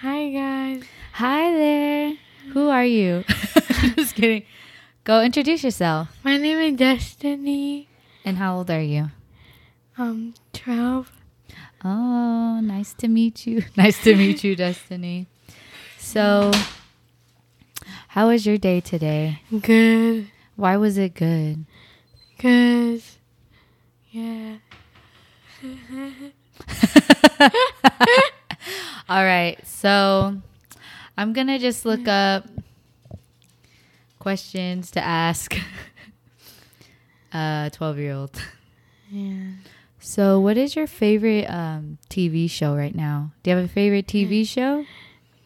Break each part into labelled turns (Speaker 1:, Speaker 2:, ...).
Speaker 1: Hi guys.
Speaker 2: Hi there. Who are you? Just kidding. Go introduce yourself.
Speaker 1: My name is Destiny.
Speaker 2: And how old are you?
Speaker 1: Um, twelve.
Speaker 2: Oh, nice to meet you. Nice to meet you, Destiny. So, how was your day today?
Speaker 1: Good.
Speaker 2: Why was it good?
Speaker 1: Cause, yeah.
Speaker 2: All right. So, I'm going to just look up questions to ask a 12 year old.
Speaker 1: Yeah.
Speaker 2: So, what is your favorite um, TV show right now? Do you have a favorite TV show?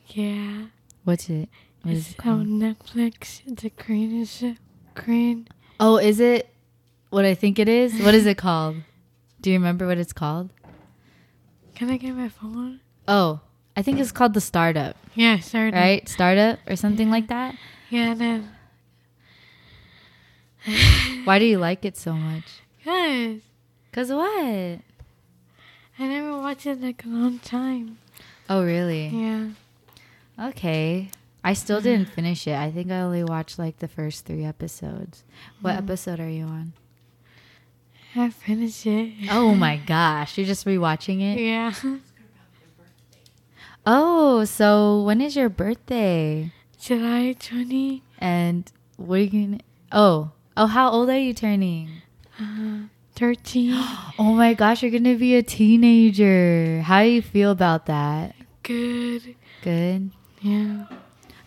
Speaker 1: Yeah.
Speaker 2: What's it? What is
Speaker 1: It's
Speaker 2: it called?
Speaker 1: on Netflix. It's a Korean show. Korean.
Speaker 2: Oh, is it what I think it is? What is it called? Do you remember what it's called?
Speaker 1: Can I get my phone?
Speaker 2: Oh, I think it's called The Startup,
Speaker 1: Yeah. Sorry.
Speaker 2: right? Startup or something like that.
Speaker 1: Yeah. Then.
Speaker 2: Why do you like it so much?
Speaker 1: Cause
Speaker 2: Cause what?
Speaker 1: I never watched it like a long time.
Speaker 2: Oh, really?
Speaker 1: Yeah.
Speaker 2: Okay. I still didn't finish it. I think I only watched like the first three episodes. What episode are you on?
Speaker 1: I finished it.
Speaker 2: Oh my gosh, you're just rewatching it.
Speaker 1: Yeah.
Speaker 2: Oh, so when is your birthday?
Speaker 1: July twenty.
Speaker 2: And what are you going to Oh, oh, how old are you turning?
Speaker 1: Uh, thirteen.
Speaker 2: Oh my gosh, you're going to be a teenager. How do you feel about that?
Speaker 1: Good.
Speaker 2: Good.
Speaker 1: Yeah.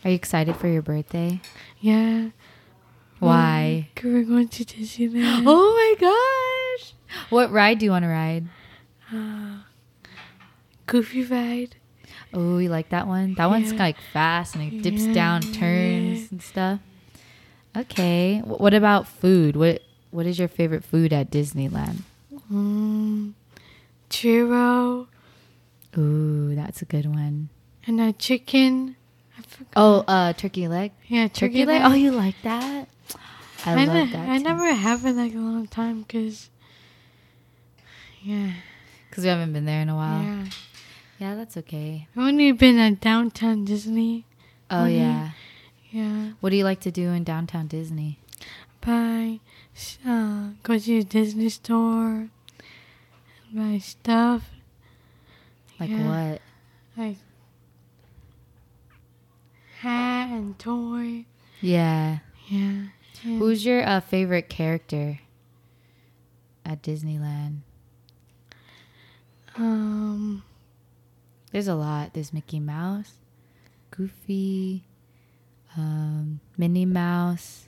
Speaker 2: Are you excited for your birthday?
Speaker 1: Yeah.
Speaker 2: Why?
Speaker 1: Cause we're going to Disneyland.
Speaker 2: Oh my gosh. What ride do you want to ride?
Speaker 1: Uh, goofy ride.
Speaker 2: Oh, you like that one? That one's
Speaker 1: Yeah.
Speaker 2: like fast and it dips
Speaker 1: Yeah.
Speaker 2: down, turns and stuff. Okay. Wh- What about food? What what is your favorite food at Disneyland?
Speaker 1: Mm, churro
Speaker 2: Ooh, that's a good one.
Speaker 1: and a chicken. I forgot.
Speaker 2: Oh, uh, turkey leg.
Speaker 1: yeah,
Speaker 2: Turkey, leg. Oh, you like that? I,
Speaker 1: I,
Speaker 2: love
Speaker 1: ne-
Speaker 2: that.
Speaker 1: I never have it like a long time because. Yeah.
Speaker 2: because we haven't been there in a while. Yeah,
Speaker 1: Yeah.
Speaker 2: that's okay.
Speaker 1: I've only been at downtown Disney.
Speaker 2: Oh
Speaker 1: Only-
Speaker 2: yeah.
Speaker 1: Yeah.
Speaker 2: What do you like to do in downtown Disney?
Speaker 1: Buy. s- Uh, go to the Disney store. Buy stuff.
Speaker 2: Like
Speaker 1: Yeah.
Speaker 2: what?
Speaker 1: Like. Hat and toy.
Speaker 2: Yeah.
Speaker 1: Yeah. And-
Speaker 2: Who's your uh, favorite character at Disneyland?
Speaker 1: Um,
Speaker 2: There's a lot. There's Mickey Mouse, Goofy, um, Minnie Mouse,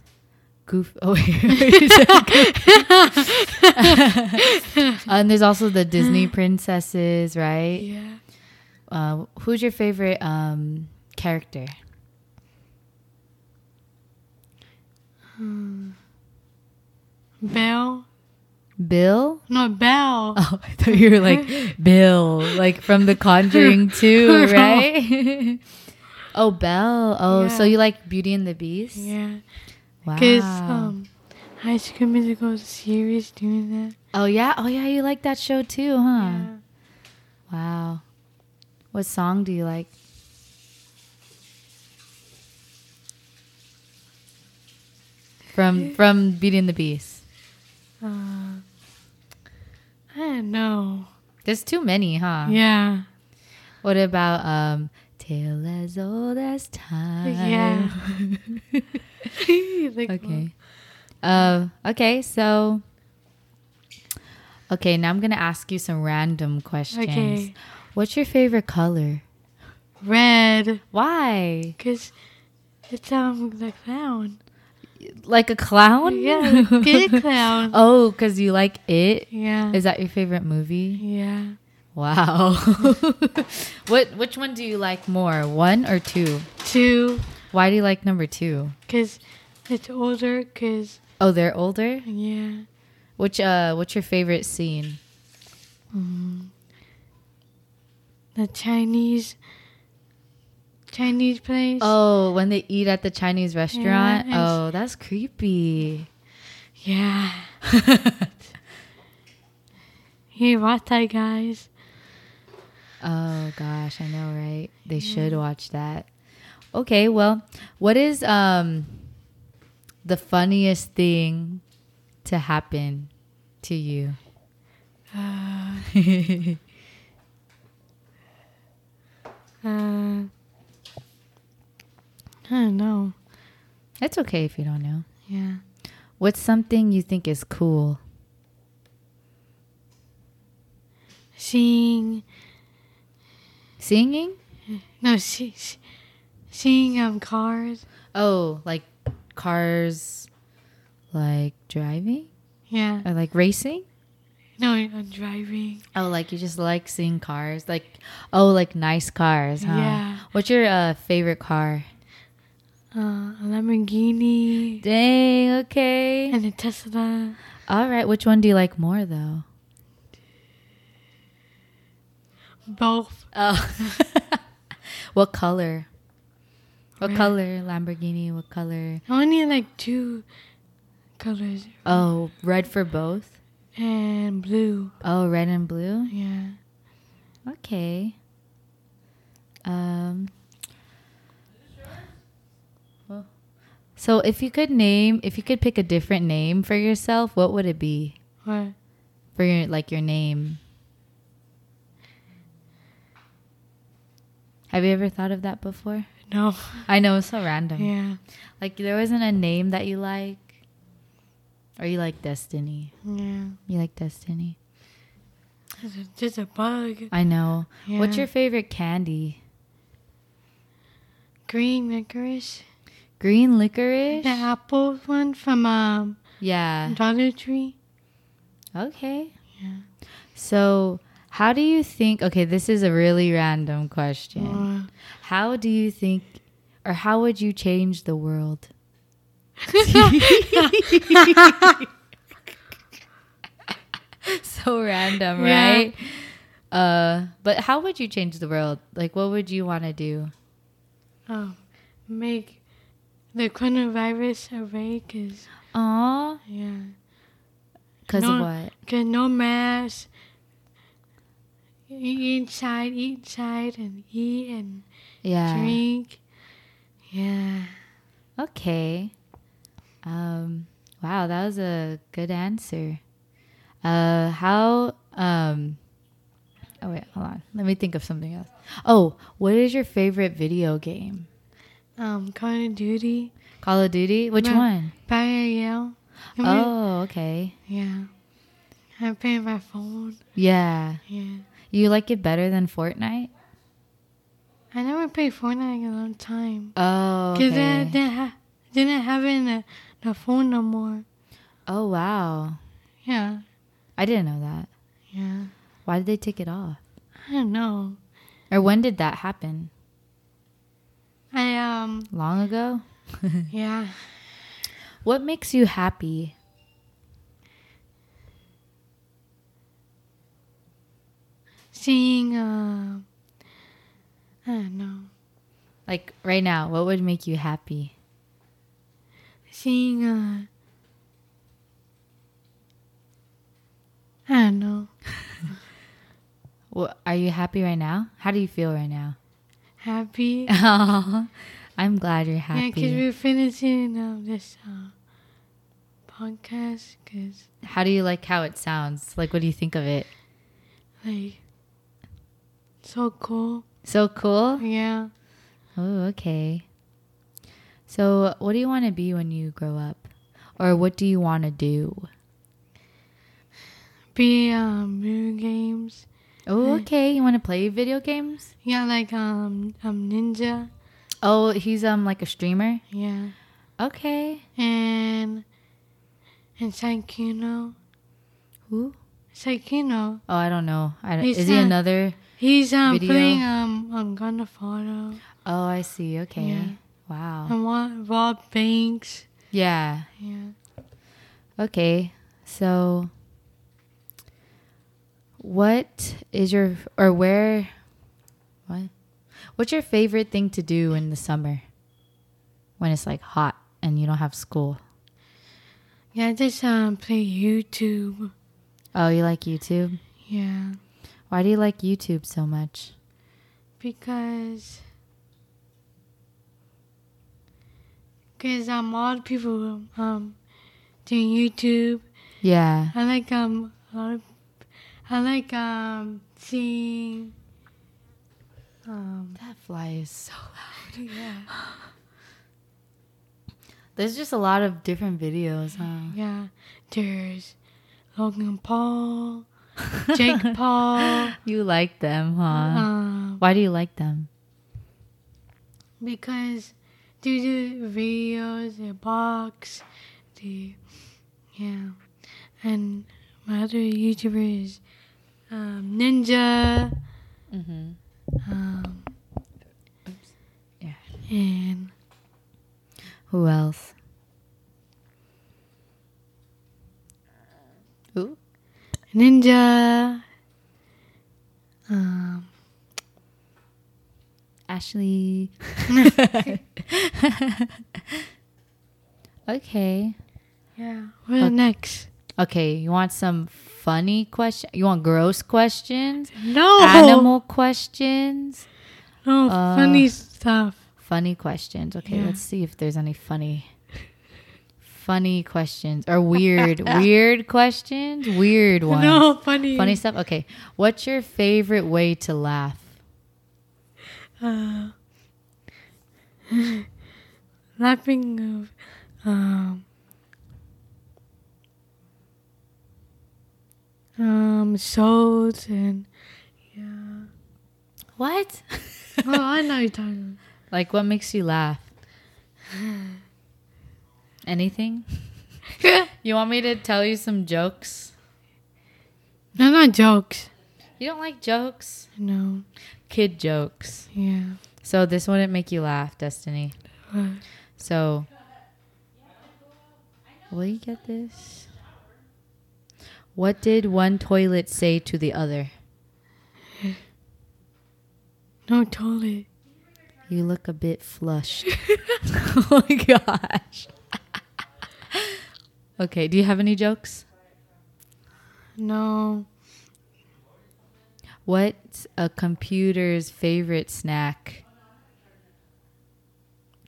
Speaker 2: Goof. Oh, wait, and there's also the Disney princesses, right?
Speaker 1: yeah.
Speaker 2: Uh, who's your favorite um, character?
Speaker 1: Um, Belle?
Speaker 2: Bill?
Speaker 1: No, Belle.
Speaker 2: Oh, I thought you were like Bill, like from The Conjuring 2,
Speaker 1: No.
Speaker 2: right? oh, Belle. Oh, so
Speaker 1: Yeah.
Speaker 2: you like Beauty and the Beast?
Speaker 1: Yeah.
Speaker 2: Wow.
Speaker 1: Because um, High School Musical series doing that.
Speaker 2: oh, yeah. Oh, yeah. You like that show too, huh?
Speaker 1: Yeah.
Speaker 2: Wow. What song do you like? From from Beauty and the Beast.
Speaker 1: Uh, I don't know.
Speaker 2: There's too many, huh?
Speaker 1: Yeah.
Speaker 2: What about um Tale as old as time?
Speaker 1: Yeah. Like,
Speaker 2: okay. Uh, okay, so Okay, now I'm gonna ask you some random questions.
Speaker 1: Okay.
Speaker 2: What's your favorite color?
Speaker 1: Red.
Speaker 2: Why?
Speaker 1: Because it's um, the clown.
Speaker 2: Like a clown?
Speaker 1: Yeah, like a clown.
Speaker 2: oh, because you like it?
Speaker 1: Yeah.
Speaker 2: Is that your favorite movie?
Speaker 1: yeah.
Speaker 2: Wow. what which one do you like more? One or two?
Speaker 1: Two.
Speaker 2: Why do you like number two?
Speaker 1: Because it's older. Because,
Speaker 2: Oh, they're older?
Speaker 1: yeah.
Speaker 2: Which uh what's your favorite scene?
Speaker 1: Mm. The Chinese Chinese place.
Speaker 2: Oh, when they eat at the Chinese restaurant?
Speaker 1: and-
Speaker 2: oh, that's creepy.
Speaker 1: yeah. Hey, Ratai guys.
Speaker 2: Oh gosh, I know, right? They should watch that. Okay, well, what is um the funniest thing to happen to you?
Speaker 1: Uh,
Speaker 2: okay.
Speaker 1: uh, I don't know.
Speaker 2: It's okay if you don't know.
Speaker 1: Yeah.
Speaker 2: What's something you think is cool?
Speaker 1: Seeing,
Speaker 2: Singing?
Speaker 1: no, see, see- seeing um cars.
Speaker 2: Oh, like cars like driving
Speaker 1: Yeah.
Speaker 2: or like racing?
Speaker 1: No, I'm driving.
Speaker 2: Oh, like you just like seeing cars, like oh, like nice cars, huh?
Speaker 1: Yeah.
Speaker 2: What's your uh, favorite car?
Speaker 1: Uh, a Lamborghini
Speaker 2: Dang. Okay.
Speaker 1: and a Tesla.
Speaker 2: All right. Which one do you like more, though?
Speaker 1: Both.
Speaker 2: Oh. what color? What
Speaker 1: Red.
Speaker 2: color Lamborghini? What color?
Speaker 1: I only like two colors
Speaker 2: Oh, red for both.
Speaker 1: and blue.
Speaker 2: Oh, red and blue.
Speaker 1: Yeah.
Speaker 2: Okay. Um. well, So, if you could name, if you could pick a different name for yourself, what would it be?
Speaker 1: What?
Speaker 2: for your like your name. Have you ever thought of that before?
Speaker 1: No.
Speaker 2: I know it's so random.
Speaker 1: Yeah.
Speaker 2: Like there wasn't a name that you like. Or you like destiny.
Speaker 1: Yeah.
Speaker 2: You like destiny.
Speaker 1: It's a- just a bug.
Speaker 2: I know. What's
Speaker 1: Yeah.
Speaker 2: your favorite candy?
Speaker 1: Green licorice.
Speaker 2: Green licorice? Uh.
Speaker 1: The apple one from um
Speaker 2: Yeah.
Speaker 1: Dollar Tree.
Speaker 2: Okay.
Speaker 1: Yeah.
Speaker 2: So, how do you think Okay, this is a really random question.
Speaker 1: Or-
Speaker 2: How do you think or how would you change the world? so random,
Speaker 1: Yeah.
Speaker 2: right? Uh, but how would you change the world? Like, what would you want to do?
Speaker 1: oh, make the coronavirus away, cause
Speaker 2: Aw,
Speaker 1: yeah,
Speaker 2: because
Speaker 1: No.
Speaker 2: of what?
Speaker 1: cause no mask. Eat inside, eat inside, and eat and
Speaker 2: Yeah.
Speaker 1: drink. Yeah.
Speaker 2: Okay. Um. Wow, that was a good answer. Uh, how? Um. Oh wait, hold on. Let me think of something else. Oh, what is your favorite video game?
Speaker 1: Um, Call of Duty.
Speaker 2: Call of Duty. Which
Speaker 1: Yeah.
Speaker 2: one?
Speaker 1: Fire Yell. I mean,
Speaker 2: Oh, okay.
Speaker 1: Yeah. I play on my phone.
Speaker 2: Yeah.
Speaker 1: Yeah.
Speaker 2: You like it better than Fortnite?
Speaker 1: I never played Fortnite in a long time.
Speaker 2: Oh,
Speaker 1: Because I
Speaker 2: okay.
Speaker 1: didn't, ha- didn't have it in the, uh, the phone no more.
Speaker 2: Oh, wow.
Speaker 1: Yeah.
Speaker 2: I didn't know that.
Speaker 1: Yeah.
Speaker 2: Why did they take it off?
Speaker 1: I don't know.
Speaker 2: Or when did that happen?
Speaker 1: I, um,
Speaker 2: Long ago?
Speaker 1: yeah.
Speaker 2: What makes you happy?
Speaker 1: Seeing, uh, I don't know.
Speaker 2: Like right now, what would make you happy?
Speaker 1: Seeing, uh, I don't know.
Speaker 2: Wha are you happy right now? How do you feel right now?
Speaker 1: Happy.
Speaker 2: I'm glad you're
Speaker 1: Yeah, because
Speaker 2: happy.
Speaker 1: we're finishing um, this uh, podcast. Because,
Speaker 2: How do you like how it sounds? Like, what do you think of it?
Speaker 1: like, so cool.
Speaker 2: So cool.
Speaker 1: Yeah.
Speaker 2: Oh, okay. So, what do you want to be when you grow up? Or what do you want to do?
Speaker 1: Be um, video games.
Speaker 2: Oh, okay. You want to play video games?
Speaker 1: Yeah, like um, um, Ninja.
Speaker 2: Oh, he's um like a streamer.
Speaker 1: Yeah.
Speaker 2: Okay.
Speaker 1: And, and Saikino.
Speaker 2: Who?
Speaker 1: Saikino.
Speaker 2: Oh, I don't know. I don't,
Speaker 1: He's
Speaker 2: is he
Speaker 1: a-
Speaker 2: another?
Speaker 1: He's um,
Speaker 2: Video.
Speaker 1: playing um, I'm gonna follow.
Speaker 2: Oh, I see. Okay.
Speaker 1: Yeah.
Speaker 2: Wow.
Speaker 1: And want Rob Banks.
Speaker 2: Yeah.
Speaker 1: Yeah.
Speaker 2: Okay. So, what is your or where? What? What's your favorite thing to do in the summer? When it's like hot and you don't have school.
Speaker 1: Yeah, just um, play YouTube.
Speaker 2: Oh, you like YouTube?
Speaker 1: Yeah.
Speaker 2: Why do you like YouTube so much?
Speaker 1: because because um a lot of people um do YouTube.
Speaker 2: Yeah.
Speaker 1: I like um a lot of, I like um seeing um
Speaker 2: That fly is so loud.
Speaker 1: yeah
Speaker 2: There's just a lot of different videos, huh?
Speaker 1: yeah there's Logan Paul, Jake Paul.
Speaker 2: You like them, huh?
Speaker 1: Um,
Speaker 2: Why do you like them?
Speaker 1: because they do videos, they box, they yeah, and my other YouTuber is um, Ninja,
Speaker 2: Mm-hmm.
Speaker 1: um,
Speaker 2: Oops. Yeah.
Speaker 1: and
Speaker 2: Who else? Who?
Speaker 1: Ninja, um,
Speaker 2: Ashley. okay.
Speaker 1: yeah. What are
Speaker 2: Okay.
Speaker 1: next?
Speaker 2: Okay, you want some funny question? You want gross questions?
Speaker 1: No
Speaker 2: Animal questions?
Speaker 1: no
Speaker 2: Uh,
Speaker 1: funny stuff.
Speaker 2: Funny questions. Okay,
Speaker 1: Yeah.
Speaker 2: let's see if there's any funny funny questions or weird weird questions, weird ones.
Speaker 1: No funny.
Speaker 2: Funny stuff. Okay. What's your favorite way to laugh?
Speaker 1: Uh, laughing of um um souls and yeah.
Speaker 2: What?
Speaker 1: Oh, I know you're talking.
Speaker 2: like what makes you laugh? Anything?
Speaker 1: about.
Speaker 2: You want me to tell you some jokes?
Speaker 1: no, not jokes.
Speaker 2: You don't like jokes?
Speaker 1: No.
Speaker 2: Kid jokes.
Speaker 1: Yeah.
Speaker 2: So this wouldn't make you laugh, Destiny.
Speaker 1: Uh,
Speaker 2: So will you get this? What did one toilet say to the other?
Speaker 1: no toilet.
Speaker 2: You look a bit flushed. oh my gosh. okay, do you have any jokes?
Speaker 1: No.
Speaker 2: What's a computer's favorite snack?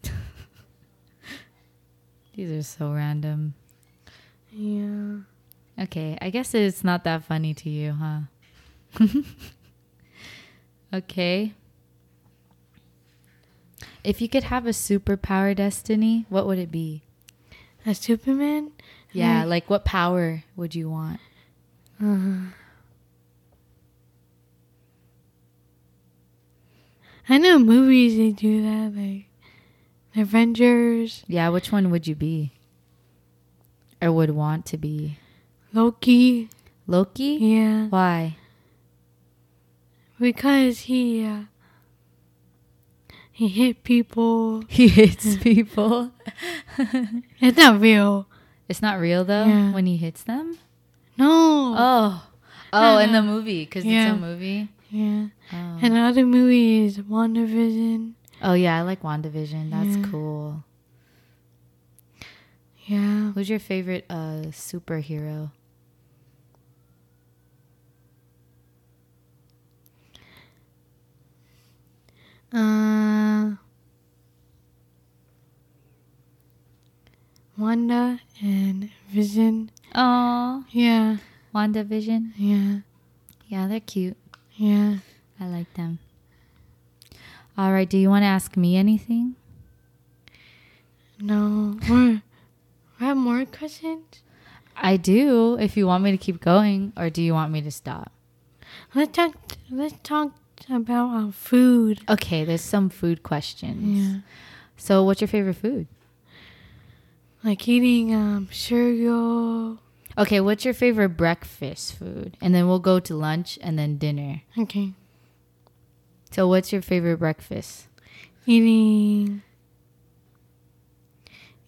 Speaker 2: These are so random.
Speaker 1: Yeah.
Speaker 2: Okay, I guess it's not that funny to you, huh? okay. If you could have a superpower destiny, what would it be?
Speaker 1: A Superman?
Speaker 2: Yeah,
Speaker 1: Mm.
Speaker 2: like what power would you want?
Speaker 1: Uh, I know movies they do that, like the Avengers,
Speaker 2: Yeah, which one would you be? Or would want to be?
Speaker 1: Loki.
Speaker 2: Loki?
Speaker 1: Yeah,
Speaker 2: Why?
Speaker 1: because he uh, he hit people.
Speaker 2: He hits people.
Speaker 1: It's not real.
Speaker 2: it's not real though
Speaker 1: Yeah.
Speaker 2: when he hits them?
Speaker 1: No.
Speaker 2: Oh. Oh, in the movie cuz
Speaker 1: Yeah.
Speaker 2: it's a movie.
Speaker 1: Yeah.
Speaker 2: Oh.
Speaker 1: And Another movie is WandaVision.
Speaker 2: oh yeah, I like WandaVision. That's
Speaker 1: Yeah.
Speaker 2: cool.
Speaker 1: Yeah.
Speaker 2: Who's your favorite uh, superhero?
Speaker 1: Uh, Wanda and Vision.
Speaker 2: Oh,
Speaker 1: Yeah.
Speaker 2: WandaVision.
Speaker 1: Yeah.
Speaker 2: Yeah, they're cute.
Speaker 1: Yeah.
Speaker 2: I like them. All right, do you want to ask me anything?
Speaker 1: No. More. I have more questions.
Speaker 2: I do, if you want me to keep going, or do you want me to stop?
Speaker 1: Let's talk. Let's talk about our food.
Speaker 2: Okay, there's some food questions.
Speaker 1: Yeah.
Speaker 2: So, what's your favorite food?
Speaker 1: Like eating um cereal.
Speaker 2: Okay, what's your favorite breakfast food? And then we'll go to lunch and then dinner.
Speaker 1: Okay.
Speaker 2: So, what's your favorite breakfast?
Speaker 1: Eating.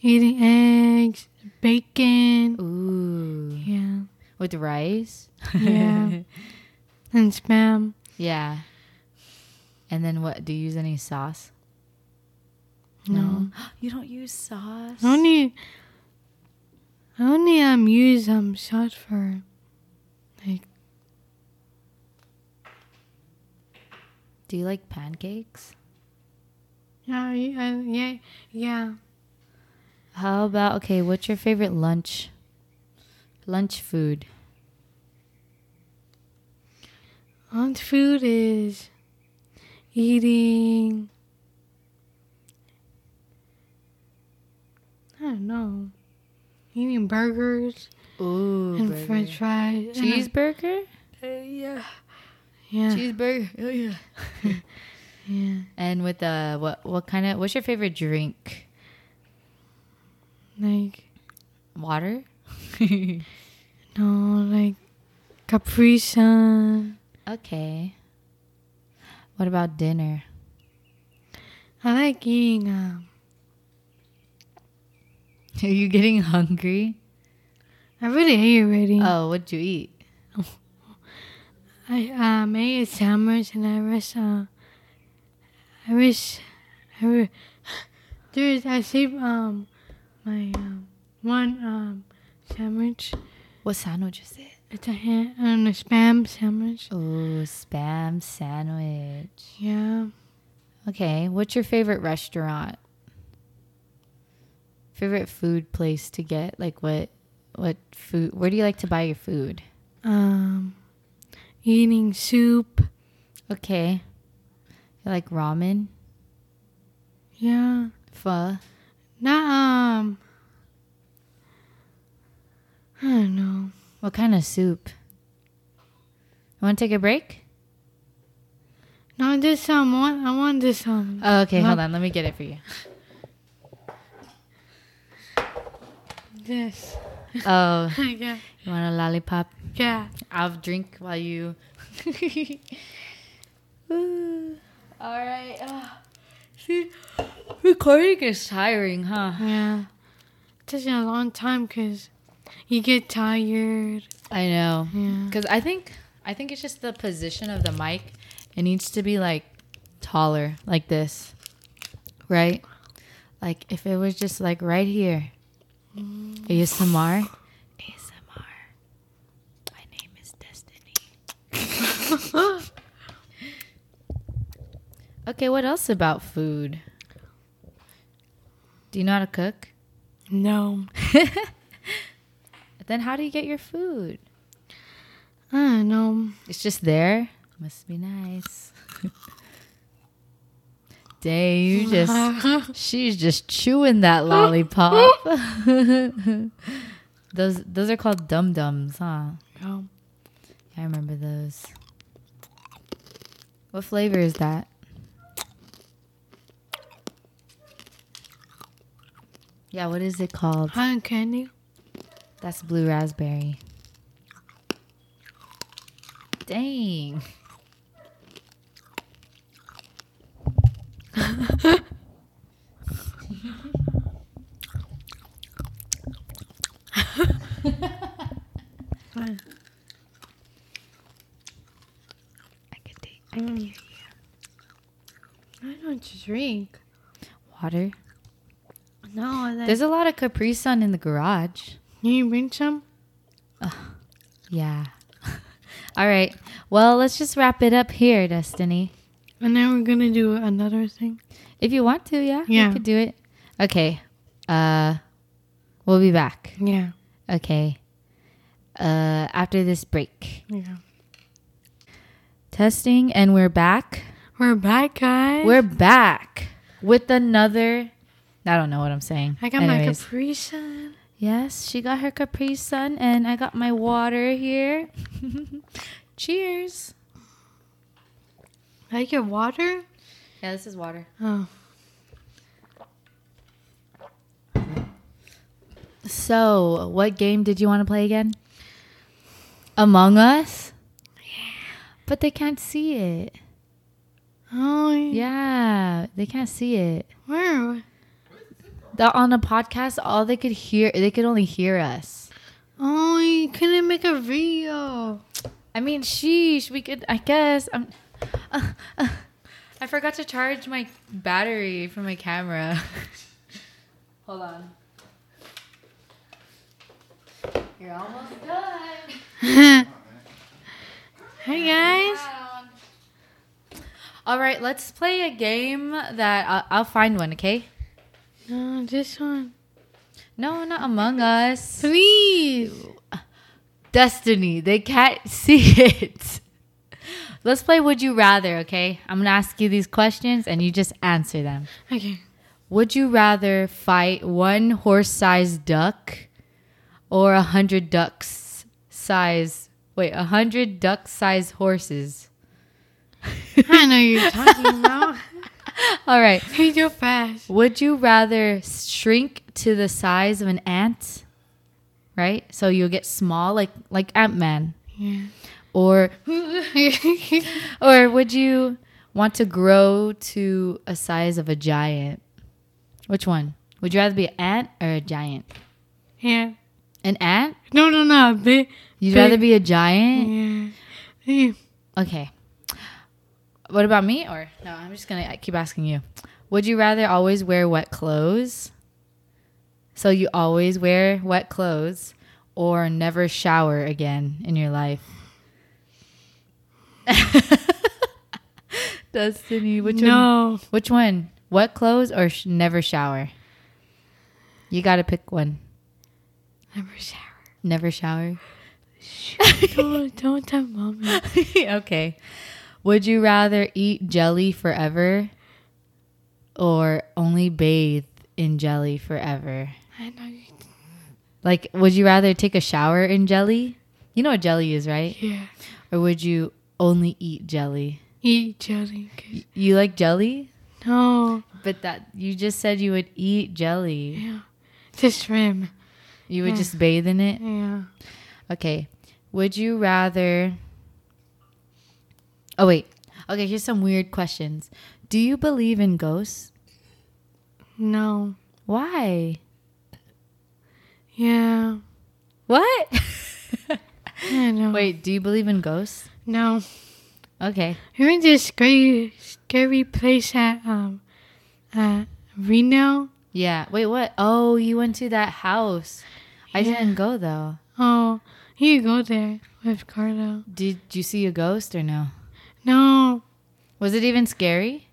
Speaker 1: Eating eggs, bacon.
Speaker 2: Ooh,
Speaker 1: Yeah.
Speaker 2: with rice?
Speaker 1: Yeah. And spam.
Speaker 2: Yeah. And then what? Do you use any sauce?
Speaker 1: No.
Speaker 2: You don't use sauce?
Speaker 1: I only. I only um use um sauce for, like.
Speaker 2: Do you like pancakes?
Speaker 1: Yeah, yeah, yeah, yeah.
Speaker 2: How about okay, what's your favorite lunch lunch food?
Speaker 1: Lunch food is eating. I don't know. Eating burgers
Speaker 2: Ooh,
Speaker 1: and French fries. and-
Speaker 2: cheeseburger?
Speaker 1: yeah. Yeah.
Speaker 2: Cheeseburger. Oh yeah.
Speaker 1: Yeah.
Speaker 2: And with uh what what kind of what's your favorite drink?
Speaker 1: Like
Speaker 2: Water?
Speaker 1: no, like Capri Sun.
Speaker 2: okay. What about dinner?
Speaker 1: I like eating um.
Speaker 2: Are you getting hungry?
Speaker 1: I really ate already.
Speaker 2: Oh, what'd you eat?
Speaker 1: I uh, made a sandwich and I wish uh, I wish I re- there's I saved um my um one um sandwich.
Speaker 2: What sandwich is it?
Speaker 1: It's a ham and a spam sandwich.
Speaker 2: Oh, spam sandwich.
Speaker 1: Yeah.
Speaker 2: Okay, what's your favorite restaurant? Favorite food place to get? Like what what food where do you like to buy your food?
Speaker 1: Um eating soup.
Speaker 2: Okay. You like ramen?
Speaker 1: Yeah.
Speaker 2: Pho?
Speaker 1: Not um I don't know.
Speaker 2: What kind of soup? You want to take a break?
Speaker 1: No, just um one I want this um
Speaker 2: Oh, okay,
Speaker 1: Huh?
Speaker 2: hold on. Let me get it for you.
Speaker 1: this.
Speaker 2: Oh,
Speaker 1: yeah.
Speaker 2: you want a lollipop?
Speaker 1: Yeah.
Speaker 2: I'll drink while you. Ooh. All right. ah. See, recording is tiring, huh?
Speaker 1: Yeah. Takes you a long time because you get tired.
Speaker 2: I know.
Speaker 1: Yeah.
Speaker 2: Cause I think I think it's just the position of the mic. It needs to be like taller, like this, right? Like if it was just like right here. ASMR. ASMR. My name is Destiny. okay, what else about food? Do you know how to cook?
Speaker 1: No.
Speaker 2: Then how do you get your food?
Speaker 1: I don't know.
Speaker 2: It's just there. Must be nice. Day, you just she's just chewing that lollipop. those those are called dum dums, huh?
Speaker 1: no.
Speaker 2: I remember those. What flavor is that? Yeah, what is it called?
Speaker 1: Cotton candy?
Speaker 2: That's blue raspberry. Dang.
Speaker 1: Fine.
Speaker 2: I could take
Speaker 1: Mm. I don't know what to drink.
Speaker 2: water.
Speaker 1: No, that,
Speaker 2: There's a lot of Capri Sun in the garage.
Speaker 1: can you bring some?
Speaker 2: Yeah. All right. Well, let's just wrap it up here, Destiny.
Speaker 1: And then we're gonna do another thing.
Speaker 2: If you want to, yeah,
Speaker 1: Yeah.
Speaker 2: you could do it. Okay. Uh, we'll be back.
Speaker 1: Yeah.
Speaker 2: Okay. Uh, after this break,
Speaker 1: Yeah.
Speaker 2: testing, and we're back.
Speaker 1: We're back, guys.
Speaker 2: We're back with another. I don't know what I'm saying.
Speaker 1: I got my
Speaker 2: Anyways.
Speaker 1: Capri Sun.
Speaker 2: Yes, she got her Capri Sun, and I got my water here. Cheers.
Speaker 1: Like your water?
Speaker 2: Yeah, this is water.
Speaker 1: Oh.
Speaker 2: So, what game did you want to play again? Among Us? But they can't see it.
Speaker 1: Oh, yeah.
Speaker 2: Yeah, they can't see it.
Speaker 1: Where?
Speaker 2: The, on a podcast, all they could hear, they could only hear us.
Speaker 1: Oh, you couldn't make a video.
Speaker 2: I mean, sheesh, we could, I guess. I'm, I forgot to charge my battery for my camera. Hold on. You're almost done.
Speaker 1: hey, guys.
Speaker 2: Down. All right, let's play a game that I'll, I'll find one. Okay.
Speaker 1: No, this one.
Speaker 2: No, not Among Us.
Speaker 1: Please.
Speaker 2: Destiny. They can't see it. Let's play Would You Rather, okay? I'm gonna ask you these questions and you just answer them.
Speaker 1: Okay.
Speaker 2: Would you rather fight one horse sized duck or a hundred ducks size wait, a hundred duck sized horses?
Speaker 1: I know you're talking about.
Speaker 2: All right.
Speaker 1: You're so fast.
Speaker 2: Would you rather shrink to the size of an ant? Right? So you'll get small like like Ant Man.
Speaker 1: Yeah.
Speaker 2: Or
Speaker 1: I
Speaker 2: or would you want to grow to a size of a giant? Which one? Would you rather be an ant or a giant?
Speaker 1: yeah.
Speaker 2: An ant?
Speaker 1: No, no, no. Big.
Speaker 2: You'd
Speaker 1: Big-
Speaker 2: rather be a giant?
Speaker 1: Yeah. Hey,
Speaker 2: Okay. What about me? Or no, I'm just gonna keep asking you. Would you rather always wear wet clothes? So you always wear wet clothes or never shower again in your life? Destiny, which one?
Speaker 1: no.
Speaker 2: Which one? Wet clothes or sh- never shower? You got to pick one.
Speaker 1: Never shower.
Speaker 2: Never shower.
Speaker 1: don't, don't tell mommy.
Speaker 2: okay. Would you rather eat jelly forever or only bathe in jelly forever?
Speaker 1: I know you.
Speaker 2: Like, would you rather take a shower in jelly? You know what jelly is, right?
Speaker 1: Yeah.
Speaker 2: Or would you only eat jelly?
Speaker 1: Eat jelly. 'cause-
Speaker 2: You like jelly?
Speaker 1: No.
Speaker 2: But that you just said you would eat jelly.
Speaker 1: Yeah. Just swim.
Speaker 2: You would
Speaker 1: Yeah.
Speaker 2: just bathe in it?
Speaker 1: Yeah.
Speaker 2: Okay. Would you rather Oh wait. Okay, here's some weird questions. Do you believe in ghosts?
Speaker 1: No.
Speaker 2: Why?
Speaker 1: Yeah.
Speaker 2: What?
Speaker 1: I know.
Speaker 2: wait, do you believe in ghosts?
Speaker 1: No.
Speaker 2: Okay.
Speaker 1: We went to this scary, scary place at um, at Reno.
Speaker 2: Yeah. Wait, what? Oh, you went to that house. I didn't go though.
Speaker 1: Oh, you go there with Carlo.
Speaker 2: Did you see a ghost or no?
Speaker 1: No.
Speaker 2: Was it even scary?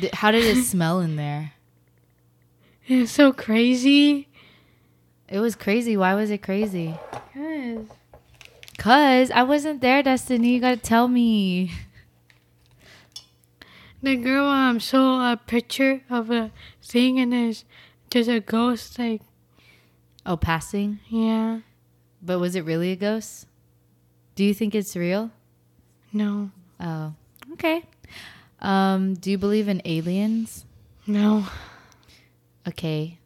Speaker 2: Did, how did it smell in there?
Speaker 1: It's so crazy.
Speaker 2: It was crazy. Why was it crazy?
Speaker 1: Cause
Speaker 2: Cuz I wasn't there, Destiny. You got to tell me.
Speaker 1: the girl um saw a picture of a thing and there's there's a ghost like
Speaker 2: Oh, passing?
Speaker 1: yeah
Speaker 2: But was it really a ghost? Do you think it's real?
Speaker 1: no
Speaker 2: Oh, okay. Um, do you believe in aliens?
Speaker 1: no
Speaker 2: Okay.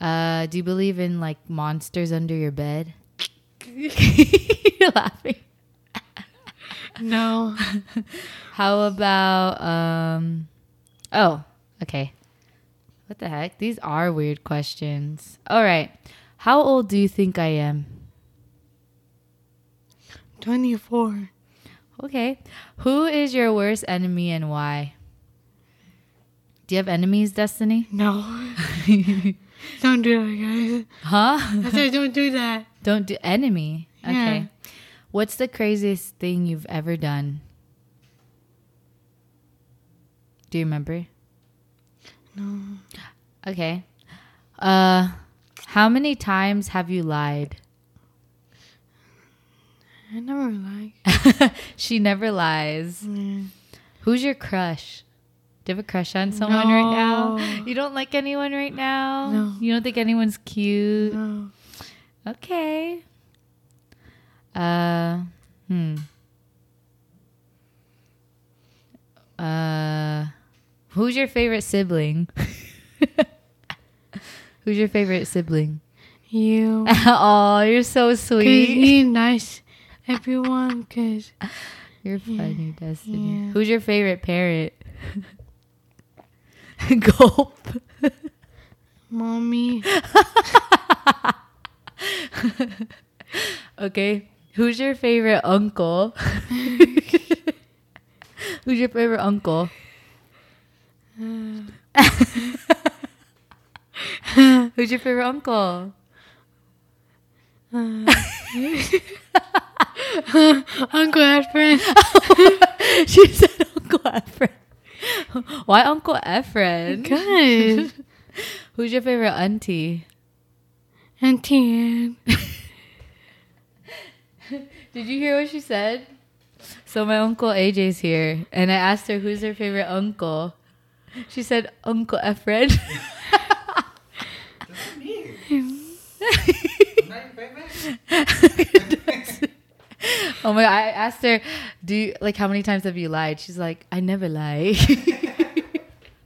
Speaker 2: Uh, do you believe in like monsters under your bed? You're laughing.
Speaker 1: no
Speaker 2: How about um Oh, okay. What the heck? These are weird questions. All right. How old do you think I am?
Speaker 1: twenty four
Speaker 2: Okay. Who is your worst enemy and why? Do you have enemies, Destiny?
Speaker 1: no don't do that
Speaker 2: huh?
Speaker 1: guys I said don't do that
Speaker 2: Don't do enemy. Okay.
Speaker 1: Yeah.
Speaker 2: What's the craziest thing you've ever done? Do you remember?
Speaker 1: no
Speaker 2: Okay. Uh how many times have you lied?
Speaker 1: I never like
Speaker 2: she never lies.
Speaker 1: yeah.
Speaker 2: Who's your crush? Do you have a crush on someone right now?
Speaker 1: No.
Speaker 2: You don't like anyone right now?
Speaker 1: No.
Speaker 2: You don't think anyone's cute?
Speaker 1: no
Speaker 2: Okay. Uh, hmm. Uh, who's your favorite sibling? who's your favorite sibling?
Speaker 1: you
Speaker 2: oh, you're so
Speaker 1: cause
Speaker 2: sweet.
Speaker 1: you nice everyone cause
Speaker 2: You're funny, Destiny.
Speaker 1: Yeah.
Speaker 2: Who's your favorite parent? Gulp.
Speaker 1: mommy
Speaker 2: Okay. Who's your favorite uncle? Who's your favorite uncle?
Speaker 1: uh,
Speaker 2: Who's your favorite uncle?
Speaker 1: uh. Uncle Efren.
Speaker 2: she said Uncle Efren. Why Uncle Efren?
Speaker 1: Good.
Speaker 2: Who's your favorite auntie?
Speaker 1: And Tian.
Speaker 2: Did you hear what she said? So my uncle AJ's here, and I asked her who's her favorite uncle. She said Uncle Efren.
Speaker 3: That's me.
Speaker 2: oh my! I asked her, "Do you, like how many times have you lied?" She's like, "I never lie."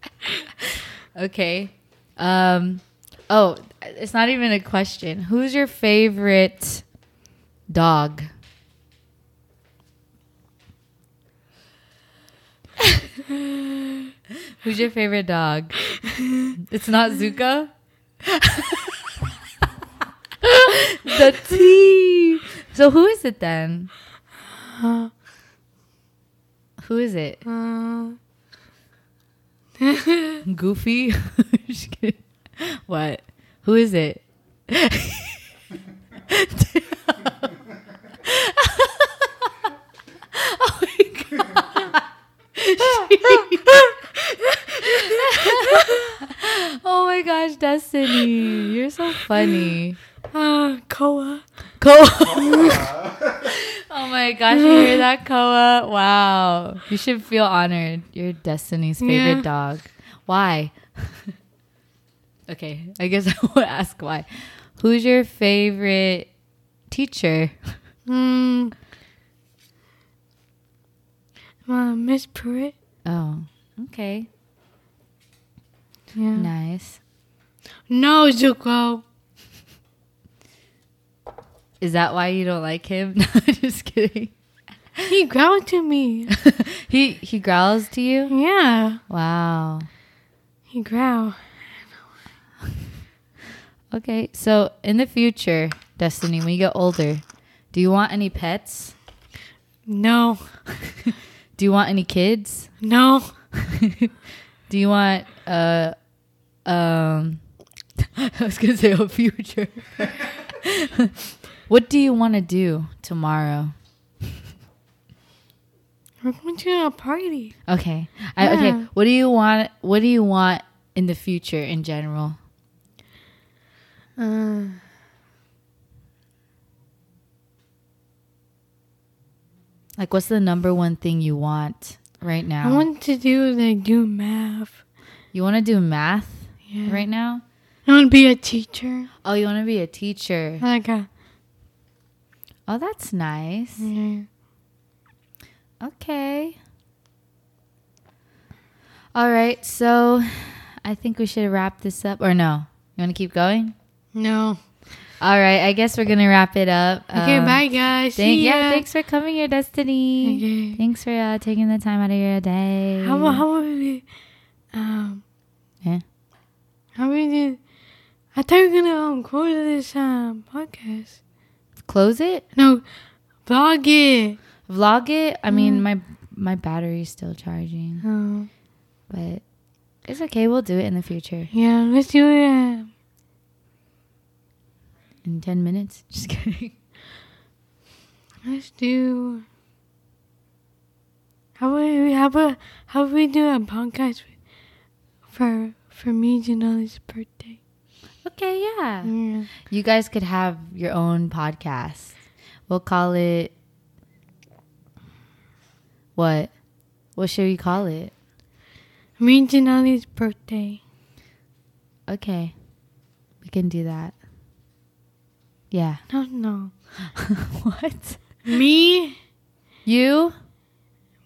Speaker 2: okay. Um. Oh, it's not even a question. Who's your favorite dog? Who's your favorite dog? It's not Zuko. the tea. So who is it then?
Speaker 1: Uh,
Speaker 2: Who is it?
Speaker 1: uh,
Speaker 2: Goofy. Just kidding. what? Who is it? oh my god. oh my gosh, Destiny, you're so funny.
Speaker 1: uh, Koa.
Speaker 2: Koa. Oh my gosh, you hear that, Koa? Wow. You should feel honored. You're Destiny's favorite
Speaker 1: Yeah.
Speaker 2: dog. Why? okay, I guess I will ask why. Who's your favorite teacher?
Speaker 1: Mm. Uh, Miss Pruitt.
Speaker 2: Oh, okay.
Speaker 1: Yeah.
Speaker 2: Nice.
Speaker 1: No, Zuko.
Speaker 2: Is that why you don't like him? No, just kidding.
Speaker 1: He growled to me.
Speaker 2: he he growls to you?
Speaker 1: Yeah,
Speaker 2: Wow.
Speaker 1: he growled.
Speaker 2: Okay, so in the future, Destiny, when you get older, do you want any pets?
Speaker 1: No,
Speaker 2: Do you want any kids?
Speaker 1: no.
Speaker 2: Do you want uh um I was gonna say a future. what do you wanna do tomorrow?
Speaker 1: We're going to a party.
Speaker 2: Okay. I, okay.
Speaker 1: Yeah.
Speaker 2: What do you want what do you want in the future in general?
Speaker 1: Uh,
Speaker 2: Like what's the number one thing you want right now?
Speaker 1: I want to do like do math.
Speaker 2: you wanna do math
Speaker 1: Yeah,
Speaker 2: right now?
Speaker 1: I want to be a teacher.
Speaker 2: Oh, you wanna be a teacher.
Speaker 1: Like a
Speaker 2: Oh that's nice.
Speaker 1: yeah.
Speaker 2: Okay. All right, so I think we should wrap this up. Or no, you want to keep going?
Speaker 1: no.
Speaker 2: All right, I guess we're gonna wrap it up.
Speaker 1: Okay,
Speaker 2: Um,
Speaker 1: bye guys.
Speaker 2: Thank,
Speaker 1: See ya.
Speaker 2: yeah, thanks for coming here, Destiny.
Speaker 1: Okay.
Speaker 2: Thanks for uh, taking the time out of your day.
Speaker 1: How about how about we um
Speaker 2: Yeah.
Speaker 1: how about we do I thought we were gonna um close this um podcast.
Speaker 2: Close it,
Speaker 1: No, vlog it.
Speaker 2: vlog it. I mean,
Speaker 1: Mm.
Speaker 2: my my battery's still charging,
Speaker 1: Um,
Speaker 2: but it's okay. We'll do it in the future.
Speaker 1: yeah, let's do it. um,
Speaker 2: In ten minutes. Just kidding.
Speaker 1: Let's do. How about we how about how about we do a podcast for for me Janelle's birthday?
Speaker 2: Okay. Yeah.
Speaker 1: Yeah.
Speaker 2: You guys could have your own podcast. We'll call it what? What should we call it?
Speaker 1: Me Janelle's birthday.
Speaker 2: Okay. We can do that. Yeah.
Speaker 1: No, no.
Speaker 2: what?
Speaker 1: Me,
Speaker 2: You?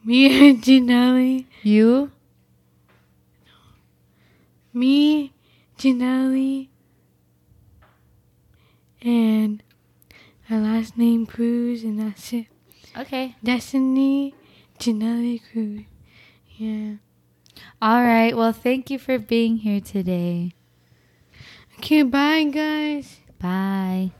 Speaker 1: me and Janelle,
Speaker 2: You?
Speaker 1: me, Janelle, and her last name Cruz, and that's it.
Speaker 2: Okay.
Speaker 1: Destiny, Janelle Cruz. Yeah.
Speaker 2: All right. Well, thank you for being here today.
Speaker 1: Okay, bye guys.
Speaker 2: Bye.